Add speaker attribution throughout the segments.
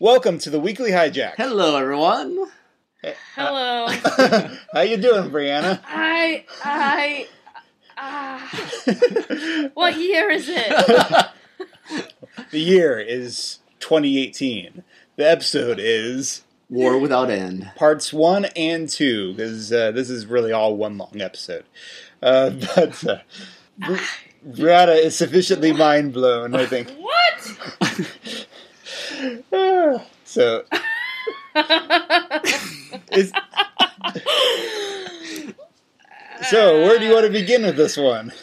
Speaker 1: Welcome to the weekly hijack.
Speaker 2: Hello, everyone.
Speaker 1: Uh,
Speaker 3: Hello.
Speaker 1: How you doing, Brianna?
Speaker 3: I I ah. What year is it?
Speaker 1: the year is 2018. The episode is
Speaker 2: War without end.
Speaker 1: parts one and two because uh, this is really all one long episode. Uh, but uh, Br- Brianna is sufficiently mind blown, I think.
Speaker 3: What?
Speaker 1: Ah, so it's, so where do you want to begin with this one?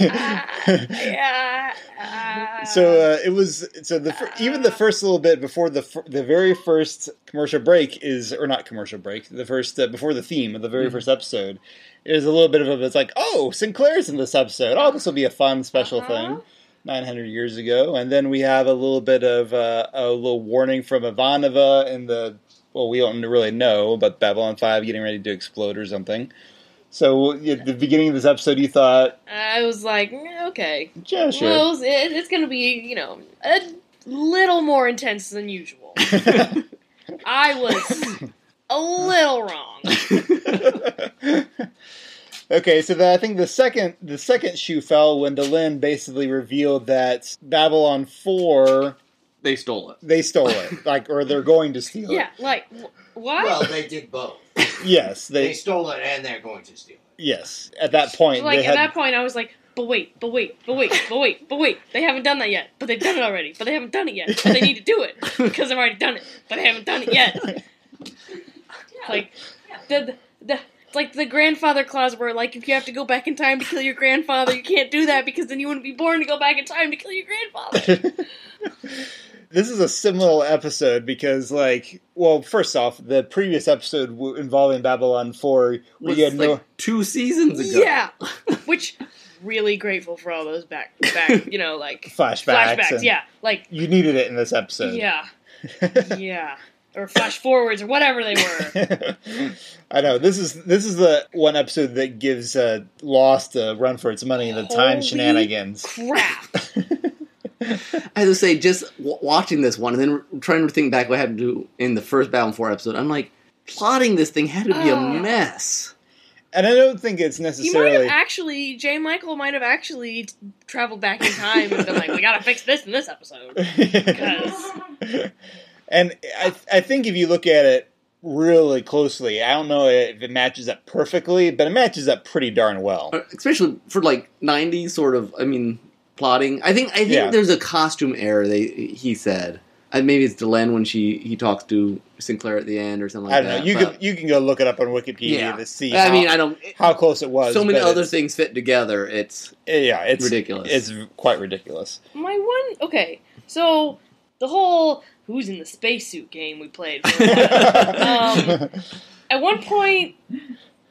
Speaker 3: Ah, Yeah. uh,
Speaker 1: so uh, it was so the fir- even the first little bit before the fir- the very first commercial break is or not commercial break the first uh, before the theme of the very first episode is a little bit of a it's like oh Sinclair's in this episode oh this will be a fun special
Speaker 3: Uh-huh.
Speaker 1: thing nine hundred years ago and then we have a little bit of uh, a little warning from Ivanova and the well we don't really know but Babylon Five getting ready to explode or something. So at the beginning of this episode, you thought,
Speaker 3: I was like, "Mm, okay.
Speaker 1: yeah, sure.
Speaker 3: Well, it's- it, it's going to be, you know, a little more intense than usual. I was a little wrong.
Speaker 1: okay, so the, I think the second the second shoe fell when DeLynn basically revealed that Babylon Four
Speaker 2: They stole it.
Speaker 1: they stole it, like or they're going to steal
Speaker 3: Yeah, like wh- what?
Speaker 4: Well, they did both.
Speaker 1: it. Yes,
Speaker 4: They,
Speaker 1: they
Speaker 4: stole it and they're going to steal it.
Speaker 1: yes. At that point,
Speaker 3: like
Speaker 1: they
Speaker 3: at
Speaker 1: had
Speaker 3: that point, I was like, but wait, but wait, but wait, but wait, but wait. They haven't done that yet, but they've done it already. But they haven't done it yet, but they need to do it because they've already done it, but they haven't done it yet. Like the the. It's like the grandfather clause where like if you have to go back in time to kill your grandfather you can't do that because then you wouldn't be born to go back in time to kill your grandfather
Speaker 1: this is a similar episode because, like, well, first off, the previous episode w- involving Babylon Four, we
Speaker 2: Was
Speaker 1: had
Speaker 2: like
Speaker 1: no.
Speaker 2: two seasons ago.
Speaker 3: yeah which really grateful for all those back back you know like
Speaker 1: Flashbacks,
Speaker 3: flashbacks
Speaker 1: and
Speaker 3: yeah like
Speaker 1: you needed it in this episode.
Speaker 3: Yeah. yeah. Or flash forwards or whatever they were.
Speaker 1: I know this is this is the one episode that gives uh, Lost a run for its money in the time
Speaker 3: Holy
Speaker 1: shenanigans.
Speaker 3: Crap.
Speaker 2: I have to say, just w- watching this one and then trying to think back what happened to in the first Battle Four episode, I'm like, plotting this thing had to be
Speaker 3: Ah.
Speaker 2: a mess.
Speaker 1: And I don't think it's
Speaker 3: He might have
Speaker 1: necessarily.
Speaker 3: actually, J. Michael might have actually t- traveled back in time and been like, we gotta fix this in this episode. Because,
Speaker 1: and I I think if you look at it really closely, I don't know if it matches up perfectly, but it matches up pretty darn well.
Speaker 2: Uh, Especially for like '90s sort of. I mean, plotting. I think I think
Speaker 1: Yeah.
Speaker 2: there's a costume error. They he said. And maybe it's Delenn when she he talks to Sinclair at the end or something
Speaker 1: I
Speaker 2: like
Speaker 1: don't
Speaker 2: that.
Speaker 1: know. You
Speaker 2: but-
Speaker 1: can you can go look it up on Wikipedia
Speaker 2: Yeah.
Speaker 1: to see.
Speaker 2: I
Speaker 1: how,
Speaker 2: mean, I don't.
Speaker 1: how close it was.
Speaker 2: so many
Speaker 1: but
Speaker 2: other
Speaker 1: it's-
Speaker 2: things fit together. It's
Speaker 1: Yeah, it's
Speaker 2: Ridiculous.
Speaker 1: It's quite ridiculous.
Speaker 3: my one, okay, so the whole who's in the spacesuit game we played. for a while. Um, At one point,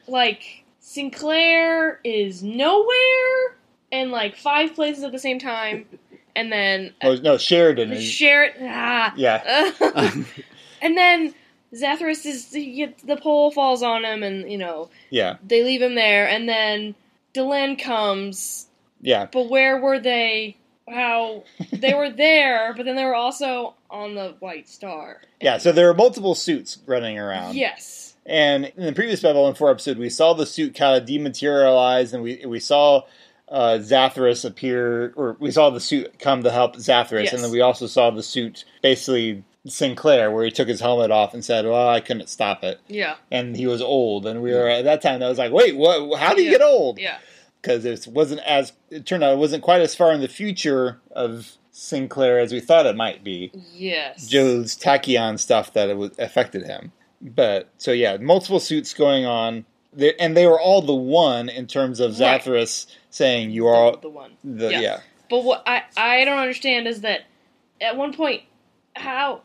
Speaker 3: like, Sinclair is nowhere and like five places at the same time, and then
Speaker 1: oh, no, Sheridan is.
Speaker 3: share it. Ah.
Speaker 1: yeah,
Speaker 3: and then Zathras is he gets- the pole falls on him, and you know
Speaker 1: yeah,
Speaker 3: they leave him there. And then Delenn comes,
Speaker 1: yeah.
Speaker 3: but where were they? How they were there, but then they were also on the White Star.
Speaker 1: Yeah, so there are multiple suits running around.
Speaker 3: Yes.
Speaker 1: And in the previous Babylon 4 episode, we saw the suit kind of dematerialize, and we we saw uh, Zathras appear, or we saw the suit come to help Zathras,
Speaker 3: Yes.
Speaker 1: and then we also saw the suit basically Sinclair, where he took his helmet off and said, "Well, I couldn't stop it,"
Speaker 3: Yeah.
Speaker 1: and he was old, and we were at that time. I was like, "Wait, what? How do you
Speaker 3: Yeah.
Speaker 1: get old?"
Speaker 3: Yeah.
Speaker 1: Because it wasn't as it turned out, it wasn't quite as far in the future of Sinclair as we thought it might be.
Speaker 3: Yes.
Speaker 1: Joe's tachyon stuff that it was, affected him. But so yeah, multiple suits going on, they, and they were all the one in terms of
Speaker 3: Right.
Speaker 1: Zathras saying you are
Speaker 3: the one.
Speaker 1: the yeah.
Speaker 3: Yeah. But what I I don't understand is that at one point how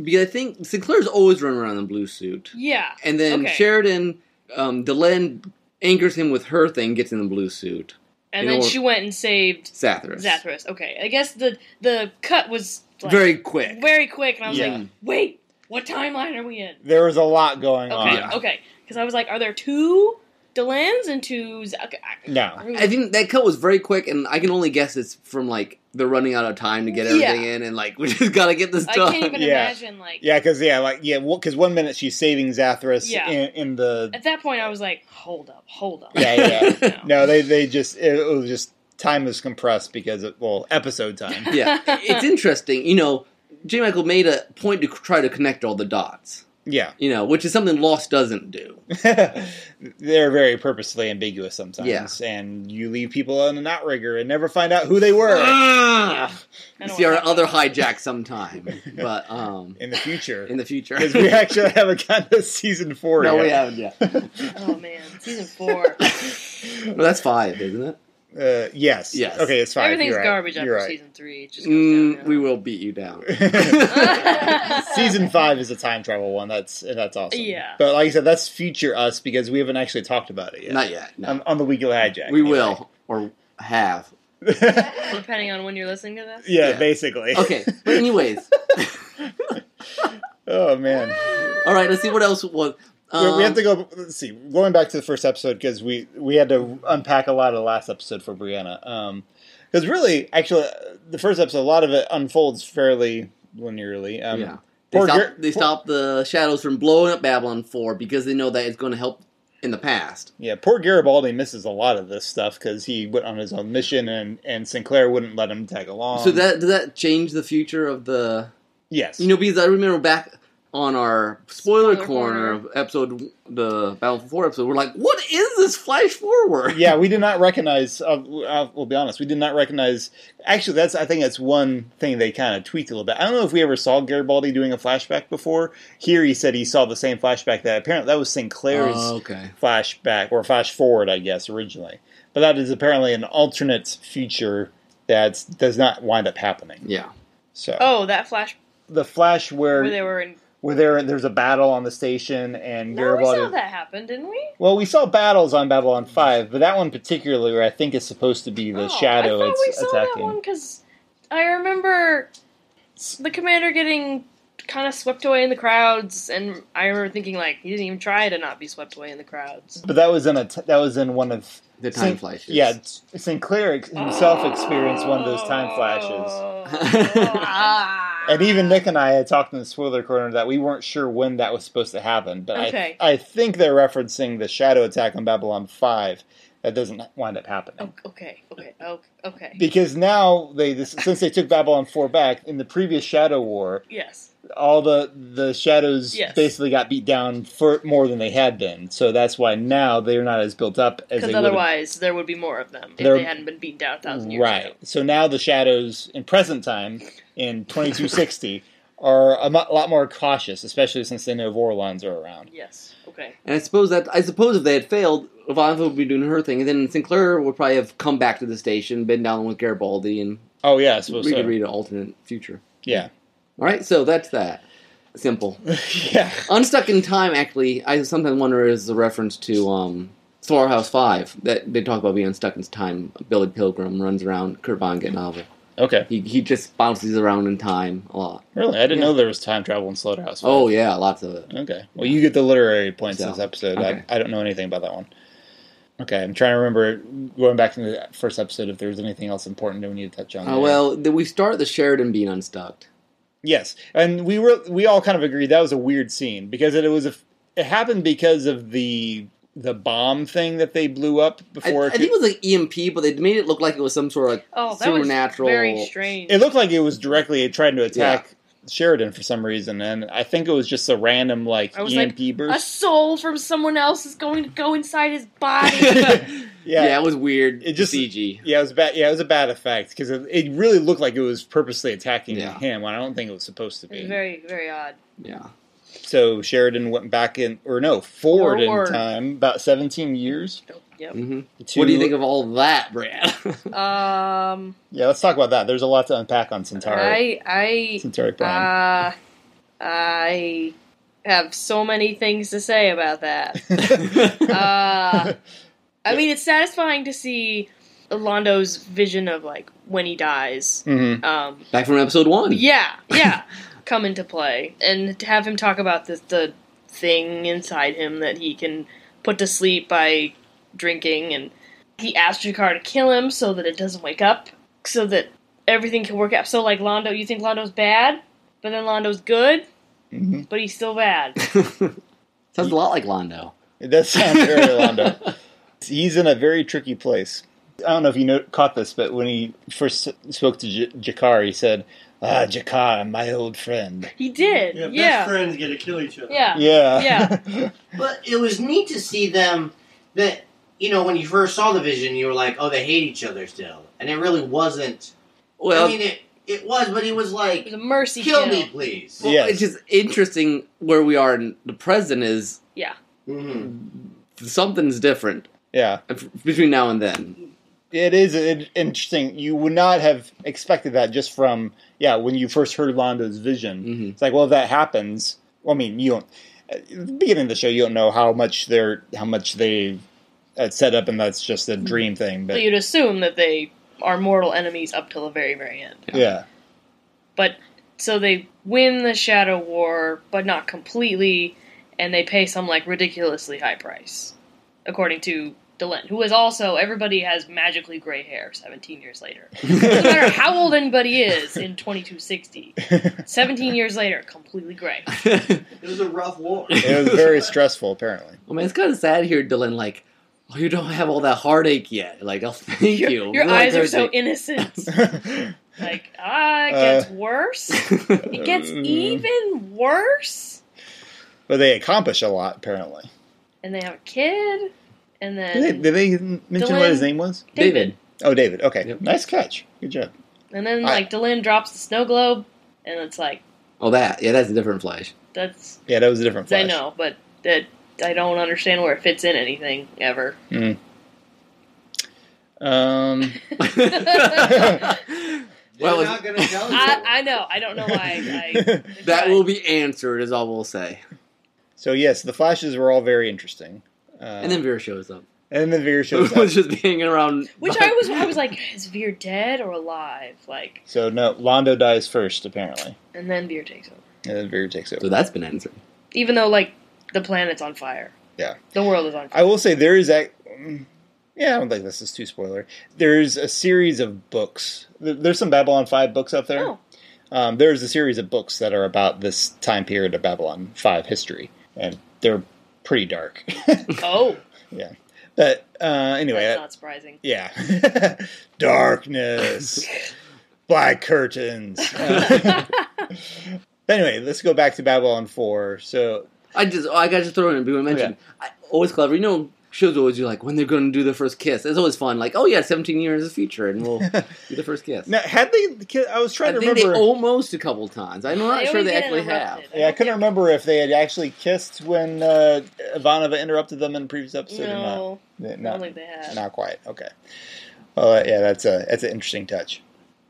Speaker 2: because I think Sinclair's always running around in a blue suit,
Speaker 3: yeah
Speaker 2: and then
Speaker 3: Okay.
Speaker 2: Sheridan, um, Delenn anchors him with her thing, gets in the blue suit.
Speaker 3: and
Speaker 2: You
Speaker 3: then
Speaker 2: know-
Speaker 3: she went and saved
Speaker 2: Zathras,
Speaker 3: Zathras. Okay, I guess the the cut was like,
Speaker 2: very quick.
Speaker 3: very quick, and I was
Speaker 1: Yeah.
Speaker 3: like, "Wait, what timeline are we in?"
Speaker 1: There was a lot going
Speaker 3: Okay,
Speaker 1: on.
Speaker 2: Yeah.
Speaker 3: okay, because I was like, "Are there two Delans and two?" Z- okay, I-
Speaker 1: No.
Speaker 2: I think that cut was very quick, and I can only guess it's from like they're running out of time to get
Speaker 3: Yeah.
Speaker 2: everything in, and like we just gotta get this
Speaker 3: I
Speaker 2: done.
Speaker 3: can't even
Speaker 1: Yeah.
Speaker 3: imagine like
Speaker 1: Yeah, because yeah, like yeah, because one minute she's saving Zathras
Speaker 3: Yeah.
Speaker 1: in, in the
Speaker 3: at that point I was like, hold up, hold up.
Speaker 1: Yeah, yeah.
Speaker 3: No.
Speaker 2: Oh.
Speaker 1: no, they they just it, it was just time was compressed because of, well episode time.
Speaker 2: yeah, it's interesting. You know, J. Michael made a point to c- try to connect all the dots.
Speaker 1: Yeah,
Speaker 2: You know, which is something Lost doesn't do.
Speaker 1: they're very purposely ambiguous sometimes,
Speaker 2: Yeah.
Speaker 1: and you leave people on an outrigger and never find out who they were
Speaker 2: Ah!
Speaker 3: I don't
Speaker 2: See our
Speaker 3: want that.
Speaker 2: other hijack sometime, but um,
Speaker 1: in the future
Speaker 2: in the future.
Speaker 1: because we actually haven't gotten to season four.
Speaker 2: no,
Speaker 1: yet.
Speaker 2: we haven't yet.
Speaker 3: Oh man, season four.
Speaker 2: Well, that's five, isn't it?
Speaker 1: Uh, yes.
Speaker 2: Yes.
Speaker 1: Okay, it's fine.
Speaker 3: Everything's
Speaker 1: You're right.
Speaker 3: garbage after
Speaker 1: You're right.
Speaker 3: season three. It just goes
Speaker 2: Mm,
Speaker 3: downhill.
Speaker 2: we will beat you down.
Speaker 1: season five is a time travel one. That's that's awesome.
Speaker 3: Yeah.
Speaker 1: But like I said, that's future us because we haven't actually talked about it yet.
Speaker 2: Not yet. No.
Speaker 1: on, on the weekly hijack.
Speaker 2: we
Speaker 1: anyway.
Speaker 2: will or have.
Speaker 1: yeah,
Speaker 3: Depending on when you're listening to this.
Speaker 2: Yeah.
Speaker 1: basically.
Speaker 2: Okay, but anyways,
Speaker 1: Oh man,
Speaker 2: all right. Let's see what else was.
Speaker 1: We-
Speaker 2: Um,
Speaker 1: we have to go. Let's see. Going back to the first episode because we we had to unpack a lot of the last episode for Brianna. Um, because really, actually, uh, the first episode, a lot of it unfolds fairly linearly. Um,
Speaker 2: yeah. They
Speaker 1: poor
Speaker 2: stop,
Speaker 1: Ger-
Speaker 2: they
Speaker 1: poor-
Speaker 2: stop the shadows from blowing up Babylon Four because they know that it's going to help in the past.
Speaker 1: Yeah, poor Garibaldi misses a lot of this stuff because he went on his own mission, and and Sinclair wouldn't let him tag along.
Speaker 2: so that does that change the future of the
Speaker 1: yes,
Speaker 2: you know because I remember back on our spoiler, corner
Speaker 3: Spoiler corner.
Speaker 2: of episode the Babylon Four episode we're like what is this flash forward?
Speaker 1: yeah, we did not recognize. Uh, uh, we'll be honest, we did not recognize. Actually, that's I think that's one thing they kind of tweaked a little bit. I don't know if we ever saw Garibaldi doing a flashback before. Here, he said he saw the same flashback that apparently that was Sinclair's
Speaker 2: Oh, okay.
Speaker 1: flashback or flash forward, I guess originally. But that is apparently an alternate future that does not wind up happening.
Speaker 2: Yeah.
Speaker 1: So
Speaker 3: Oh, that flash
Speaker 1: the flash where
Speaker 3: where they were in.
Speaker 1: where there there's a battle on the station and
Speaker 3: No, we
Speaker 1: Garibaldi.
Speaker 3: saw that happen, didn't we?
Speaker 1: Well, we saw battles on Babylon Five, but that one particularly, where I think is supposed to be the
Speaker 3: Oh,
Speaker 1: shadow
Speaker 3: I thought we
Speaker 1: it's
Speaker 3: saw that one
Speaker 1: attacking.
Speaker 3: because I remember s- the commander getting kind of swept away in the crowds, and I remember thinking like he didn't even try to not be swept away in the crowds.
Speaker 1: But that was in a t- that was in one of
Speaker 2: The
Speaker 1: Sin-
Speaker 2: time flashes.
Speaker 1: yeah S- Sinclair ex- himself experienced one of those time flashes, and even Nick and I had talked in the spoiler corner that we weren't sure when that was supposed to happen. But
Speaker 3: Okay.
Speaker 1: I I think they're referencing the shadow attack on Babylon Five that doesn't wind up happening.
Speaker 3: O- okay, okay, o- okay.
Speaker 1: Because now they this, since they took Babylon Four back in the previous Shadow War,
Speaker 3: Yes.
Speaker 1: all the the shadows
Speaker 3: Yes.
Speaker 1: basically got beat down for more than they had been. So that's why now they're not as built up as they
Speaker 3: Because
Speaker 1: would've-
Speaker 3: otherwise, there would be more of them if
Speaker 1: They're-
Speaker 3: they hadn't been beaten down a thousand years
Speaker 1: Right.
Speaker 3: ago.
Speaker 1: So now the shadows in present time in 2260 are a mo- lot more cautious, especially since they know Vorlons are around.
Speaker 3: Yes. Okay.
Speaker 2: And I suppose that I suppose if they had failed, Ivanova would be doing her thing, and then Sinclair would probably have come back to the station, been down with Garibaldi, and
Speaker 1: Oh yeah, I suppose
Speaker 2: we
Speaker 1: so.
Speaker 2: could read an alternate future.
Speaker 1: Yeah.
Speaker 2: All right, so that's that. Simple.
Speaker 1: yeah.
Speaker 2: Unstuck in time. Actually, I sometimes wonder is a reference to um, Slaughter House Five that they talk about being unstuck in time. Billy Pilgrim runs around Kurt Vonnegut novel.
Speaker 1: Okay.
Speaker 2: He he just bounces around in time a lot.
Speaker 1: Really, I didn't
Speaker 2: Yeah.
Speaker 1: know there was time travel in Slaughterhouse.
Speaker 2: Oh yeah, lots of it.
Speaker 1: Okay. Well, you get the literary points
Speaker 2: So,
Speaker 1: this episode.
Speaker 2: okay.
Speaker 1: I, I don't know anything about that one. Okay, I'm trying to remember going back to the first episode if there was anything else important that we need to touch on.
Speaker 2: Uh,
Speaker 1: there.
Speaker 2: well, then we start the Sheridan being unstuck.
Speaker 1: yes, and we were we all kind of agreed that was a weird scene because it, was a it happened because of the the bomb thing that they blew up
Speaker 2: I,
Speaker 1: before.
Speaker 2: I think it was like EMP, but they made it look like it was some sort of like
Speaker 3: Oh, that
Speaker 2: supernatural.
Speaker 3: was very strange.
Speaker 1: it looked like it was directly trying to attack Sheridan for some reason, and I think it was just a random like
Speaker 3: I was like,
Speaker 1: EMP
Speaker 3: a
Speaker 1: burst.
Speaker 3: soul from someone else is going to go inside his body.
Speaker 2: yeah. it was weird.
Speaker 1: It just-
Speaker 2: CG.
Speaker 1: Yeah, it was bad. Yeah, it was a bad effect because it, it really looked like it was purposely attacking
Speaker 2: Yeah.
Speaker 1: him, and I don't think it was supposed to
Speaker 3: It was
Speaker 1: be.
Speaker 3: very, very odd.
Speaker 2: Yeah,
Speaker 1: So Sheridan went back in, or no, forward,
Speaker 3: Forward.
Speaker 1: in time about seventeen years.
Speaker 3: Yep.
Speaker 2: hmm
Speaker 1: To,
Speaker 2: What do you think of all that, Brad?
Speaker 3: Um,
Speaker 1: Yeah, let's talk about that. There's a lot to unpack on Centauri.
Speaker 3: I,
Speaker 1: Centauri
Speaker 3: I,
Speaker 1: Prime.
Speaker 3: uh, I have so many things to say about that. Uh, I mean, it's satisfying to see Londo's vision of like when he dies.
Speaker 1: Mhm.
Speaker 3: Um,
Speaker 2: Back from episode one.
Speaker 3: yeah, yeah, come into play, and to have him talk about the the thing inside him that he can put to sleep by drinking, and he asked Jakar to kill him so that it doesn't wake up, so that everything can work out. So like Londo, you think Londo's bad, but then Londo's good,
Speaker 1: hmm
Speaker 3: but he's still bad.
Speaker 2: Sounds a lot like Londo.
Speaker 1: It does sound very Londo. He's in a very tricky place. I don't know if you know, caught this, but when he first spoke to J- Jakar, he said, "Ah, Jakar, my old friend."
Speaker 3: He did.
Speaker 5: Yeah,
Speaker 3: Yeah.
Speaker 5: best
Speaker 3: Yeah.
Speaker 5: friends get to kill each other.
Speaker 3: Yeah.
Speaker 1: Yeah, yeah.
Speaker 4: But it was neat to see them that you know when you first saw the vision, you were like, oh, they hate each other still, and it really wasn't.
Speaker 2: Well,
Speaker 4: I mean, it it was, but he was
Speaker 3: It was
Speaker 4: like,
Speaker 3: a mercy
Speaker 4: kill
Speaker 3: kill.
Speaker 4: me, please.
Speaker 2: well,
Speaker 1: Yes.
Speaker 2: it's just interesting where we are in the present is
Speaker 4: Mm-hmm.
Speaker 2: something's different between now and then.
Speaker 1: It is in- interesting. You would not have expected that just from yeah when you first heard Londo's vision.
Speaker 2: hmm
Speaker 1: It's like, well, if that happens, well, I mean, you don't. At the beginning of the show, you don't know how much they're how much they uh, set up, and that's just a dream thing.
Speaker 3: So
Speaker 1: But
Speaker 3: you'd assume that they are mortal enemies up till the very, very end.
Speaker 1: yeah,
Speaker 3: So they win the Shadow War, but not completely, and they pay some like ridiculously high price, according to Delenn, who is also everybody has magically gray hair. Seventeen years later, doesn't matter how old anybody is in twenty two sixty. Seventeen years later, completely gray.
Speaker 2: Mm-hmm.
Speaker 4: It was a rough war.
Speaker 1: it was very stressful, apparently.
Speaker 2: I mean, it's kind of sad here, Dylan. Like, oh, you don't have all that heartache yet. Like, oh, thank
Speaker 3: Your,
Speaker 2: you.
Speaker 3: your
Speaker 2: Really
Speaker 3: eyes are so
Speaker 2: encouraging.
Speaker 3: innocent. Like, ah, it gets worse. It gets
Speaker 1: Uh, Mm.
Speaker 3: even worse.
Speaker 1: but they accomplish a lot, apparently.
Speaker 3: And they have a kid, and then
Speaker 1: Did they, did they mention what his
Speaker 3: Dylan-
Speaker 1: name was?
Speaker 2: David.
Speaker 1: Oh, David. Okay,
Speaker 2: Yep.
Speaker 1: nice catch. Good job.
Speaker 3: And then
Speaker 1: I-
Speaker 3: like Delin drops the snow globe, and it's like
Speaker 2: Oh, that. Yeah, that's a different Flash.
Speaker 3: that's
Speaker 1: Yeah, that was a different. Flash.
Speaker 3: I know, but that I don't understand where it fits in anything ever.
Speaker 1: Um,
Speaker 4: Well,
Speaker 2: well,
Speaker 4: They're not gonna tell you.
Speaker 3: I, I know, I don't know why. I, I,
Speaker 2: that will be answered, is all we'll say.
Speaker 1: so yes, the flashes were all very interesting. Uh,
Speaker 2: And then Vera shows up.
Speaker 1: and then Veer
Speaker 2: So
Speaker 1: shows up.
Speaker 2: was just hanging around.
Speaker 3: Which I was, I was like, is Veer dead or alive? Like,
Speaker 1: So no, Londo dies first, apparently,
Speaker 3: and then Veer takes over,
Speaker 1: and then Veer takes over.
Speaker 2: So that's been answered.
Speaker 3: even though like the planet's on fire.
Speaker 1: Yeah.
Speaker 3: the world is on fire.
Speaker 1: I will say there is that. Yeah, I don't think this is too spoiler. There's a series of books. There- There's some Babylon Five books up there.
Speaker 3: Oh.
Speaker 1: Um, there's a series of books that are about this time period of Babylon Five history, and they're pretty dark.
Speaker 3: oh,
Speaker 1: But uh, anyway,
Speaker 3: that's
Speaker 1: that-
Speaker 3: not surprising.
Speaker 1: yeah, darkness, black curtains. Uh, but anyway, let's go back to Babylon Four. So
Speaker 2: I just, oh, I got to throw in, but we mentioned, I, always clever. You know, shows always do like when they're going to do their first kiss. It's always fun. Like, oh yeah, 17 years in the future, and we'll do the first kiss.
Speaker 1: now, had they? I was
Speaker 2: I
Speaker 1: trying to
Speaker 2: think
Speaker 1: remember.
Speaker 2: they almost a couple times. I'm not sure
Speaker 3: always
Speaker 2: they
Speaker 3: get
Speaker 2: actually have.
Speaker 3: interrupted.
Speaker 1: Yeah, I
Speaker 3: don't
Speaker 1: couldn't
Speaker 3: get-
Speaker 1: remember if they had actually kissed when uh, Ivanova interrupted them in the previous episode or
Speaker 3: No,
Speaker 1: not.
Speaker 3: I don't
Speaker 1: Not,
Speaker 3: think they have.
Speaker 1: not quite. Okay. Well, yeah, that's a that's an interesting touch.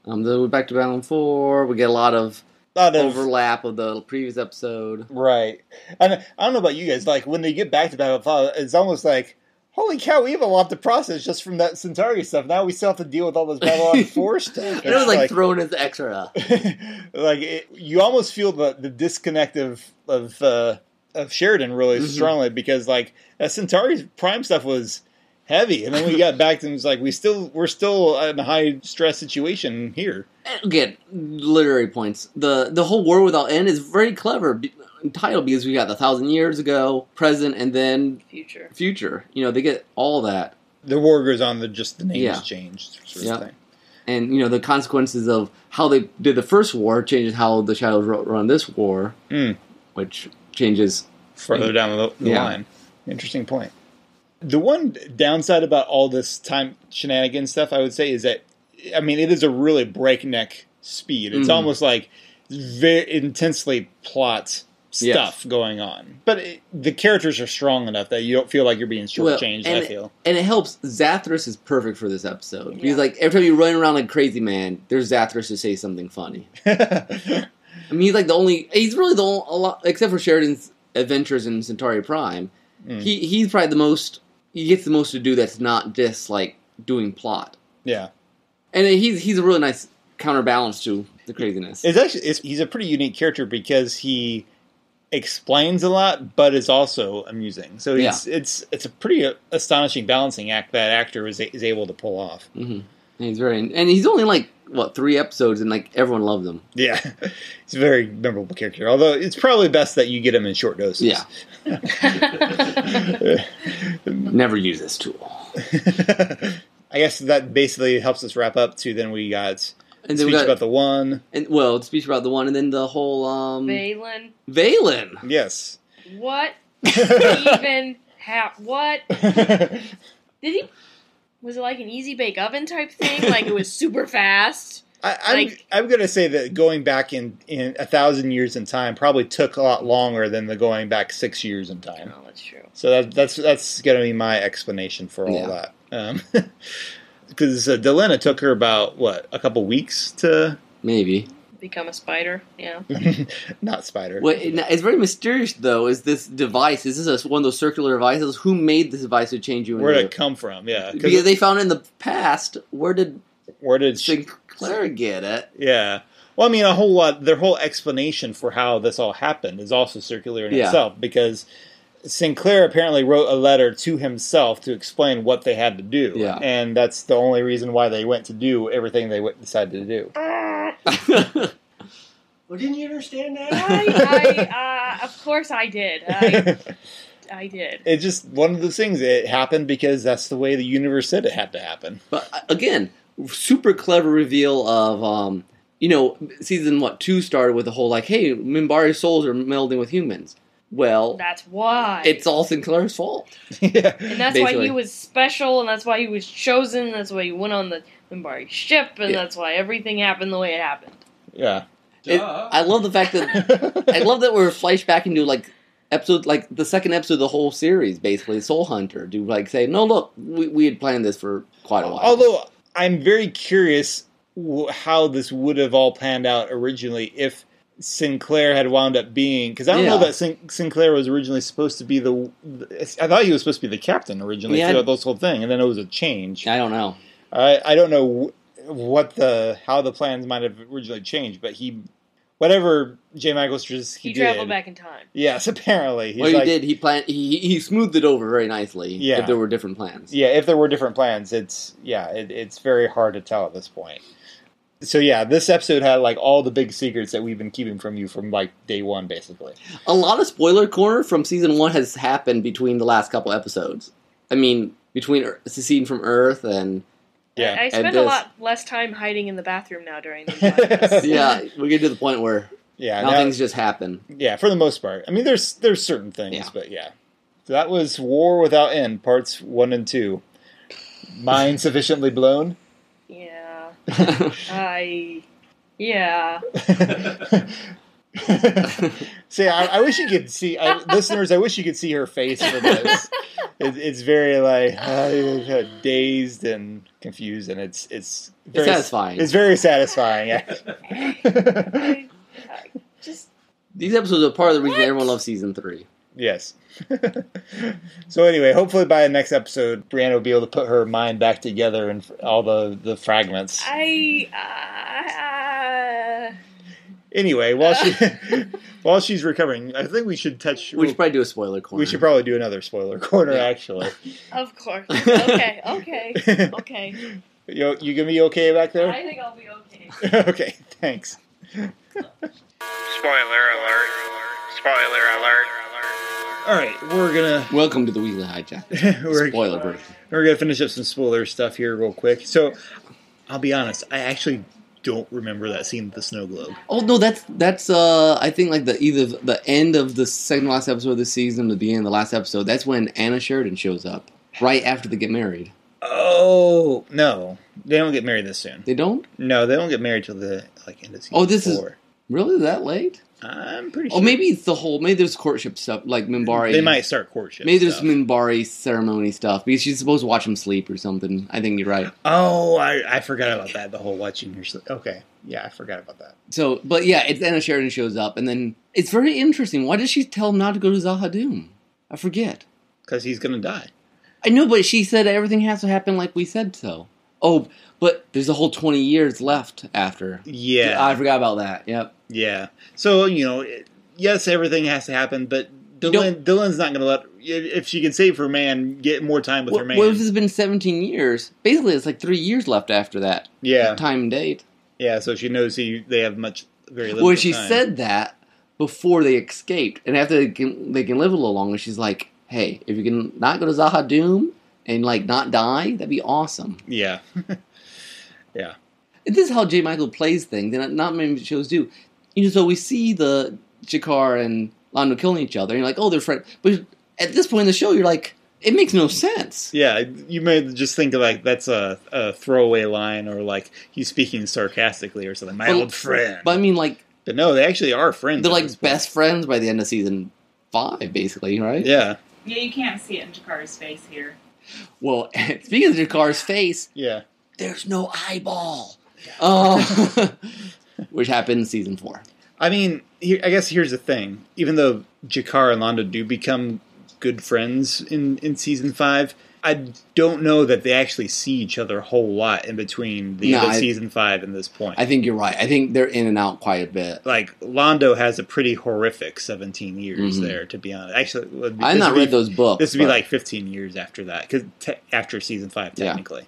Speaker 2: Um, then we're back to Babylon 4. We get a lot of
Speaker 1: Lot of
Speaker 2: overlap of the previous episode.
Speaker 1: right. I don't, I don't know about you guys. Like when they get back to Battle Five, it's almost like. Holy cow! We have a lot to process just from that Centauri stuff. Now we still have to deal with all this Babylon Four stuff.
Speaker 2: It was
Speaker 1: It's
Speaker 2: like, thrown as extra.
Speaker 1: like it, you almost feel the the disconnect of of uh, of Sheridan really
Speaker 2: Mhm.
Speaker 1: strongly because like that Centauri's prime stuff was heavy, and then we got back to him. It's like we still we're still in a high stress situation here.
Speaker 2: Again, literary points. The the whole war without end is very clever be, title because we got the thousand years ago, present, and then
Speaker 3: Future.
Speaker 2: future. You know, they get all that,
Speaker 1: The war goes on. The just the names
Speaker 2: Yeah.
Speaker 1: changed. Sort
Speaker 2: Yeah.
Speaker 1: of thing.
Speaker 2: and you know the consequences of how they did the first war changes how the shadows ru- run this war,
Speaker 1: Hmm.
Speaker 2: which changes.
Speaker 1: Further down the, the
Speaker 2: Yeah.
Speaker 1: line, interesting point. The one downside about all this time shenanigans stuff, I would say, is that I mean it is a really breakneck speed. It's
Speaker 2: Mhm.
Speaker 1: almost like very intensely plot
Speaker 2: Yes.
Speaker 1: stuff going on, but it, the characters are strong enough that you don't feel like you're being
Speaker 2: Well,
Speaker 1: shortchanged.
Speaker 2: and
Speaker 1: I feel
Speaker 2: And it helps. Zathras is perfect for this episode
Speaker 3: Yeah.
Speaker 2: because, like, every time you run around like crazy man, there's Zathras to say something funny. I mean, he's like the only. He's really the only, a lot, except for Sheridan's adventures in Centauri Prime.
Speaker 1: Mm.
Speaker 2: He he's probably the most. He gets the most to do that's not just like doing plot.
Speaker 1: yeah,
Speaker 2: And he's he's a really nice counterbalance to the craziness.
Speaker 1: it's actually it's, he's a pretty unique character because he explains a lot, but is also amusing. So it's it's it's a pretty uh, astonishing balancing act that actor is, is able to pull off.
Speaker 2: Mm-hmm. hmm And he's very. And he's only like what three episodes, and like everyone loved them.
Speaker 1: Yeah, he's a very memorable character. Although it's probably best that you get him in short doses.
Speaker 2: Yeah, never use this tool.
Speaker 1: I guess that basically helps us wrap up. To then we got
Speaker 2: And
Speaker 1: speech
Speaker 2: then we got
Speaker 1: about the one.
Speaker 2: and well, the speech about the one, and then the whole um
Speaker 3: Valen,
Speaker 2: Valen.
Speaker 1: Yes.
Speaker 3: what
Speaker 1: yeah,
Speaker 3: even ha- what did he? Was it like an easy bake oven type thing? Like it was super fast.
Speaker 1: I, I'm
Speaker 3: Like-
Speaker 1: I'm gonna say that going back in in a thousand years in time probably took a lot longer than the going back six years in time.
Speaker 3: No, that's true.
Speaker 1: So that, that's that's gonna be my explanation for all
Speaker 2: Yeah.
Speaker 1: that. Because uh, Delena took her about what a couple weeks to
Speaker 2: Maybe.
Speaker 3: Become a spider. Yeah.
Speaker 1: not spider.
Speaker 2: What and it's very mysterious though is this device. Is this a, one of those circular devices? Who made this device to change you?
Speaker 1: Where'd
Speaker 2: into
Speaker 1: it come from? Yeah, 'cause
Speaker 2: Because they found it in the past. Where did
Speaker 1: where did she,
Speaker 2: Sinclair get it?
Speaker 1: Yeah. Well, I mean, a whole lot. Their whole explanation for how this all happened is also circular in
Speaker 2: Yeah.
Speaker 1: itself because Sinclair apparently wrote a letter to himself to explain what they had to do,
Speaker 2: Yeah.
Speaker 1: and that's the only reason why they went to do everything they went, decided to do.
Speaker 4: Well, didn't you understand that?
Speaker 3: I, I uh, of course I did. I, I did.
Speaker 1: it's just one of those things. It happened because that's the way the universe said it had to happen.
Speaker 2: but uh, again, super clever reveal of um, you know, season what two started with the whole like, hey, Mimbari souls are melding with humans. Well,
Speaker 3: That's why.
Speaker 2: it's all Sinclair's fault.
Speaker 1: yeah.
Speaker 3: and that's why
Speaker 2: basically.
Speaker 3: he was special, and that's why he was chosen, and that's why he went on the Mimbari ship, and
Speaker 2: Yeah.
Speaker 3: that's why everything happened the way it happened.
Speaker 1: Yeah.
Speaker 2: It- I love the fact that I love that we're flashed back into like episode, like the second episode of the whole series, basically Soul Hunter, to like say, no, look, we, we had planned this for quite a while.
Speaker 1: Although I'm very curious w- how this would have all panned out originally if Sinclair had wound up being because I don't know
Speaker 2: Yeah.
Speaker 1: that Sin- Sinclair was originally supposed to be the. I thought he was supposed to be the captain originally
Speaker 2: Yeah.
Speaker 1: throughout this whole thing, and then it was a change.
Speaker 2: I don't know.
Speaker 1: I I don't know wh- what the how the plans might have originally changed, but he whatever J. Michael Straczynski
Speaker 3: He
Speaker 1: did,
Speaker 3: traveled back in time.
Speaker 1: Yes, apparently he's
Speaker 2: well,
Speaker 1: like,
Speaker 2: he did. He planned. He he smoothed it over very nicely.
Speaker 1: Yeah.
Speaker 2: if there were different plans.
Speaker 1: yeah if there were different plans it's yeah it, it's very hard to tell at this point so yeah this episode had like all the big secrets that we've been keeping from you from like day one basically
Speaker 2: A lot of spoiler corner from season one has happened between the last couple episodes. I mean, between Ear- the scene from Earth and
Speaker 1: yeah
Speaker 3: I, I spend a
Speaker 2: this-
Speaker 3: lot less time hiding in the bathroom now during the podcast.
Speaker 2: yeah, we get to the point where
Speaker 1: yeah
Speaker 2: now
Speaker 1: now-
Speaker 2: things just happen.
Speaker 1: yeah for the most part i mean there's there's certain things
Speaker 2: Yeah.
Speaker 1: but yeah so that was war without end parts one and two mind sufficiently blown
Speaker 3: yeah. I. Yeah.
Speaker 1: see, I, I wish you could see, I, listeners. I wish you could see her face for this. It, it's very like uh, dazed and confused, and it's it's very,
Speaker 2: satisfying.
Speaker 1: It's very satisfying. Yeah.
Speaker 3: I, I just.
Speaker 2: These episodes are part of the reason
Speaker 3: What?
Speaker 2: everyone loves season three.
Speaker 1: yes. so anyway, hopefully by the next episode, Brianna will be able to put her mind back together and all the the fragments.
Speaker 3: I. Uh,
Speaker 1: Anyway, while she while she's recovering, I think we should touch.
Speaker 2: We should probably do a spoiler corner.
Speaker 1: we should probably do another spoiler corner.
Speaker 2: Yeah.
Speaker 1: Actually,
Speaker 3: of course. Okay, okay, okay.
Speaker 1: You you gonna be okay back
Speaker 3: I
Speaker 1: there?
Speaker 3: think I'll be okay.
Speaker 1: okay, thanks.
Speaker 5: Spoiler alert. Spoiler alert.
Speaker 1: All right, we're gonna
Speaker 2: Welcome to the Weekly Hijack.
Speaker 1: we're,
Speaker 2: Spoiler version.
Speaker 1: we're gonna finish up some spoiler stuff here real quick. So, I'll be honest, I actually don't remember that scene with the snow globe.
Speaker 2: Oh no, that's that's uh I think like the either the end of the second to last episode of the season, the beginning of the last episode. That's when Anna Sheridan shows up right after they get married.
Speaker 1: Oh no, they don't get married this soon.
Speaker 2: They don't
Speaker 1: No, they don't get married till the like end of season.
Speaker 2: Oh, this is-
Speaker 1: four.
Speaker 2: really that late.
Speaker 1: I'm pretty sure.
Speaker 2: Oh, maybe it's the whole maybe there's courtship stuff like Mimbari.
Speaker 1: they might start courtship.
Speaker 2: Maybe there's
Speaker 1: stuff.
Speaker 2: Mimbari ceremony stuff because she's supposed to watch him sleep or something. I think you're right.
Speaker 1: Oh, I, I forgot about that. The whole watching your sleep. Okay, yeah, I forgot about that.
Speaker 2: So, but yeah, it's Anna Sheridan shows up, and then it's very interesting. Why does she tell him not to go to Zahadoom? I forget.
Speaker 1: Because he's gonna die.
Speaker 2: I know, but she said everything has to happen like we said so. Oh, but there's a whole 20 years left after.
Speaker 1: Yeah,
Speaker 2: I forgot about that. Yep.
Speaker 1: Yeah. So you know, it, yes, everything has to happen, but
Speaker 2: You
Speaker 1: Dylan, Dylan's not going to let if if she can save her man, get more time with
Speaker 2: What,
Speaker 1: her
Speaker 2: what
Speaker 1: man.
Speaker 2: if it's been 17 years? Basically, it's like three years left after that
Speaker 1: yeah.
Speaker 2: time date.
Speaker 1: Yeah, so she knows he they have much very little.
Speaker 2: Well, she
Speaker 1: time.
Speaker 2: said that before they escaped, and after they can, they can live a little longer, she's like, "Hey, if you can not go to Zaha Doom and like not die, that'd be awesome."
Speaker 1: Yeah.
Speaker 2: And this is how J. Michael plays things, and not many shows do. You know, so we see the Jakar and Lando killing each other, and you're like, "Oh, they're friends," but at this point in the show, you're like, "It makes no sense."
Speaker 1: Yeah, you may just think like that's a, a throwaway line, or like he's speaking sarcastically or something. My
Speaker 2: But-
Speaker 1: old friend.
Speaker 2: But I mean, like,
Speaker 1: But no, they actually are friends.
Speaker 2: they're
Speaker 1: at
Speaker 2: like
Speaker 1: this point.
Speaker 2: best friends by the end of season five, basically, right?
Speaker 1: Yeah,
Speaker 6: Yeah, you can't see it in Jakara's face here.
Speaker 2: Well, speaking of Jakar's face,
Speaker 1: yeah,
Speaker 2: there's no eyeball. Oh, which happened in season four.
Speaker 1: I mean, here, I guess here's the thing. Even though Jakar and Londo do become good friends in, in season five, I don't know that they actually see each other a whole lot in between the
Speaker 2: No,
Speaker 1: end of
Speaker 2: I-
Speaker 1: season five and this point.
Speaker 2: I think you're right. I think they're in and out quite a bit.
Speaker 1: like Londo has a pretty horrific 17 years
Speaker 2: Mhm.
Speaker 1: there, to be honest. Actually, would be-
Speaker 2: I've
Speaker 1: this
Speaker 2: not
Speaker 1: would
Speaker 2: read
Speaker 1: be,
Speaker 2: those books.
Speaker 1: This would be
Speaker 2: but-
Speaker 1: like 15 years after that, cause te- after season five,
Speaker 2: Yeah.
Speaker 1: technically.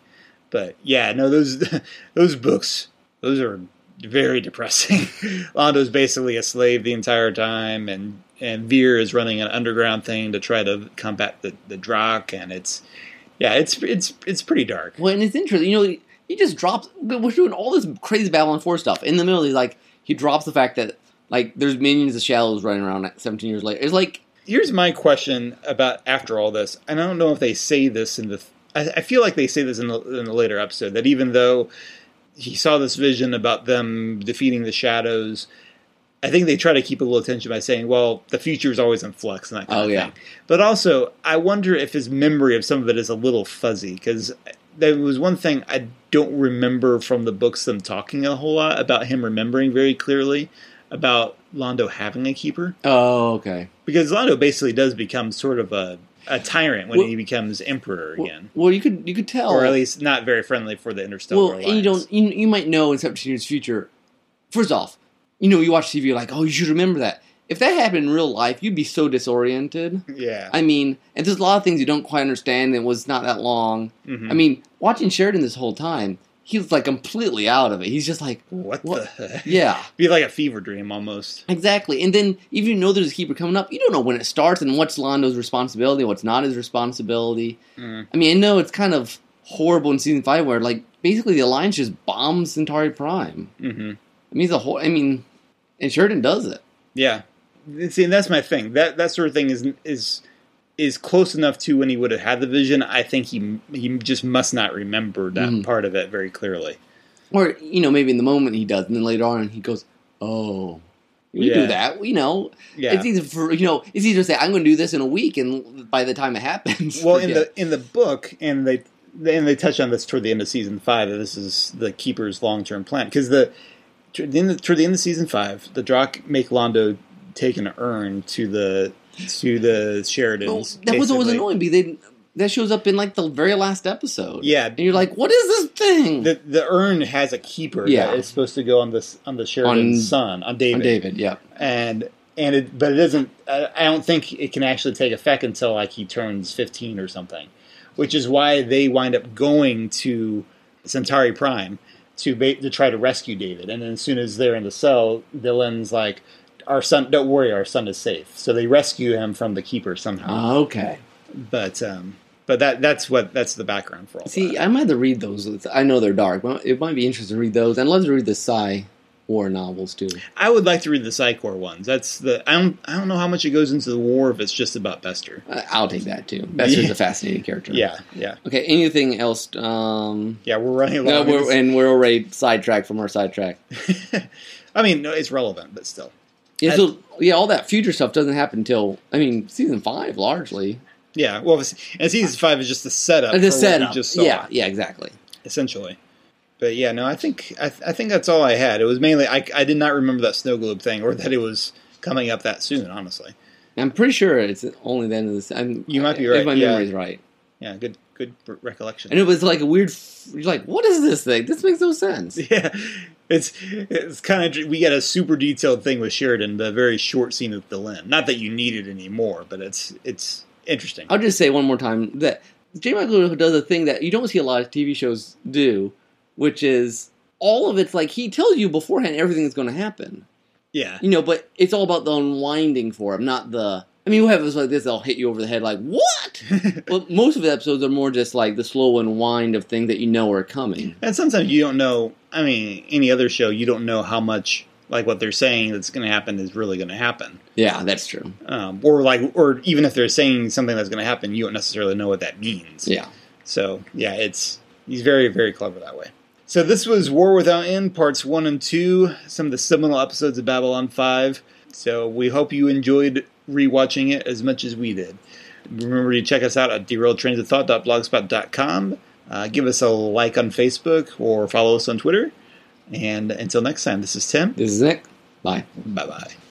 Speaker 1: But yeah, no, those those books, those are very depressing. Londo's basically a slave the entire time, and and Veer is running an underground thing to try to combat the the Drac, and it's yeah, it's it's it's pretty dark.
Speaker 2: Well, and it's interesting. You know, he- he just drops. We're doing all this crazy Babylon Four stuff in the middle. He's like, he drops the fact that like there's minions of shadows running around at 17 years later. It's like,
Speaker 1: Here's my question about after all this, and I don't know if they say this in the. I, I feel like they say this in the, in the later episode that even though he saw this vision about them defeating the shadows, I think they try to keep a little tension by saying, "Well, the future is always in flux," and that kind
Speaker 2: Oh,
Speaker 1: of
Speaker 2: yeah.
Speaker 1: thing. But also, I wonder if his memory of some of it is a little fuzzy because there was one thing I don't remember from the books them talking a whole lot about him remembering very clearly about Londo having a keeper
Speaker 2: oh okay.
Speaker 1: because Lando basically does become sort of a, a tyrant when
Speaker 2: Well-
Speaker 1: he becomes emperor
Speaker 2: Well,
Speaker 1: again,
Speaker 2: well, you could you could tell,
Speaker 1: or at least not very friendly for the interstellar.
Speaker 2: well, and you
Speaker 1: Alliance.
Speaker 2: don't. You, you might know in 17 years future. First off, you know you watch TV, you're like, oh, you should remember that. If that happened in real life, you'd be so disoriented.
Speaker 1: Yeah.
Speaker 2: I mean, and there's a lot of things you don't quite understand. It was not that long.
Speaker 1: Mhm.
Speaker 2: I mean, watching Sheridan this whole time, he was like completely out of it. He's just like,
Speaker 1: what,
Speaker 2: what-
Speaker 1: the? Heck?
Speaker 2: yeah,
Speaker 1: Be like a fever dream almost.
Speaker 2: exactly. And then even you know there's a keeper coming up, you don't know when it starts and what's Londo's responsibility, what's not his responsibility.
Speaker 1: Mm.
Speaker 2: I mean, I know it's kind of horrible in season five where like basically the alliance just bombs Centauri Prime.
Speaker 1: hmm
Speaker 2: I mean, the whole. I mean, and Sheridan does it.
Speaker 1: Yeah. See, and that's my thing. That that sort of thing is is is close enough to when he would have had the vision. I think he he just must not remember that
Speaker 2: Mhm.
Speaker 1: part of it very clearly.
Speaker 2: Or, you know, maybe in the moment he does, and then later on he goes, Oh, we
Speaker 1: Yeah.
Speaker 2: do that. You know,
Speaker 1: Yeah.
Speaker 2: it's easy for, you know, it's easy to say, I'm going to do this in a week, and by the time it happens.
Speaker 1: well in
Speaker 2: yeah.
Speaker 1: the in the book and they and they touch on this toward the end of season five that this is the keeper's long-term plan because the toward the, end of, toward the end of season five the Drock make londo take an urn to the to the
Speaker 2: Well,
Speaker 1: sheridans
Speaker 2: that was what was
Speaker 1: basically.
Speaker 2: annoying me. They, that shows up in like the very last episode.
Speaker 1: yeah
Speaker 2: And you're like, What is this thing?
Speaker 1: the the urn has a keeper
Speaker 2: Yeah.
Speaker 1: that is supposed to go on this on the sheridan's
Speaker 2: On-
Speaker 1: son on
Speaker 2: On
Speaker 1: david,
Speaker 2: David, yeah.
Speaker 1: and and it but it doesn't I, I don't think it can actually take effect until like he turns 15 or something which is why they wind up going to centauri prime to ba- to try to rescue david and then as soon as they're in the cell dylan's like our son don't worry our son is safe so they rescue him from the keeper somehow
Speaker 2: Ah, okay.
Speaker 1: but um but that that's what that's the background for all
Speaker 2: See,
Speaker 1: that.
Speaker 2: I might have to read those. I know they're dark, but it might be interesting to read those. And I'd love to read the Psy War novels too.
Speaker 1: i would like to read the psychor ones that's the i don't i don't know how much it goes into the war if it's just about bester
Speaker 2: I- I'll take that too. Bester's a fascinating character.
Speaker 1: yeah yeah
Speaker 2: Okay. Anything else? Um,
Speaker 1: yeah we're running along
Speaker 2: no,
Speaker 1: in this-
Speaker 2: we're, and we're already sidetracked from our sidetrack.
Speaker 1: I mean, no, it's relevant, but still.
Speaker 2: Yeah, so, yeah, all that future stuff doesn't happen until I mean season five largely.
Speaker 1: Yeah, well, it's- and season five is just the setup.
Speaker 2: Uh, the
Speaker 1: for what
Speaker 2: setup.
Speaker 1: we just saw,
Speaker 2: yeah, yeah, exactly.
Speaker 1: essentially. But yeah, no, I think I, th- I think that's all I had. It was mainly I, I did not remember that snow globe thing or that it was coming up that soon. Honestly,
Speaker 2: I'm pretty sure it's only the end of this. I'm,
Speaker 1: You might be
Speaker 2: If
Speaker 1: right,
Speaker 2: my
Speaker 1: yeah.
Speaker 2: memory's right,
Speaker 1: yeah, good good re- recollection.
Speaker 2: and it was like a weird. f- You're like, what is this thing? This makes no sense.
Speaker 1: yeah, it's it's kind of we got a super detailed thing with Sheridan, but a very short scene with Delenn. Not that you need it anymore, but it's it's interesting.
Speaker 2: I'll just say one more time that J. Michael does a thing that you don't see a lot of TV shows do, which is all of it's like he tells you beforehand everything that's going to happen.
Speaker 1: Yeah.
Speaker 2: You know, but it's all about the unwinding for him, not the. I mean, we have episodes like this that'll hit you over the head, like what? well, most of the episodes are more just like the slow unwind of things that you know are coming.
Speaker 1: And sometimes you don't know. I mean, any other show, you don't know how much like what they're saying that's going to happen is really going to happen,
Speaker 2: Yeah, that's true.
Speaker 1: um, or like, or even if they're saying something that's going to happen, you don't necessarily know what that means.
Speaker 2: Yeah.
Speaker 1: So yeah, it's he's very very clever that way. So this was War Without End parts 1 and 2, some of the seminal episodes of Babylon 5. So we hope you enjoyed rewatching it as much as we did. Remember to check us out at derailedtrainsofthought.blogspot.com. Uh, give us a like on Facebook or follow us on Twitter. And until next time, this is Tim.
Speaker 2: This is Nick. Bye.
Speaker 1: Bye bye.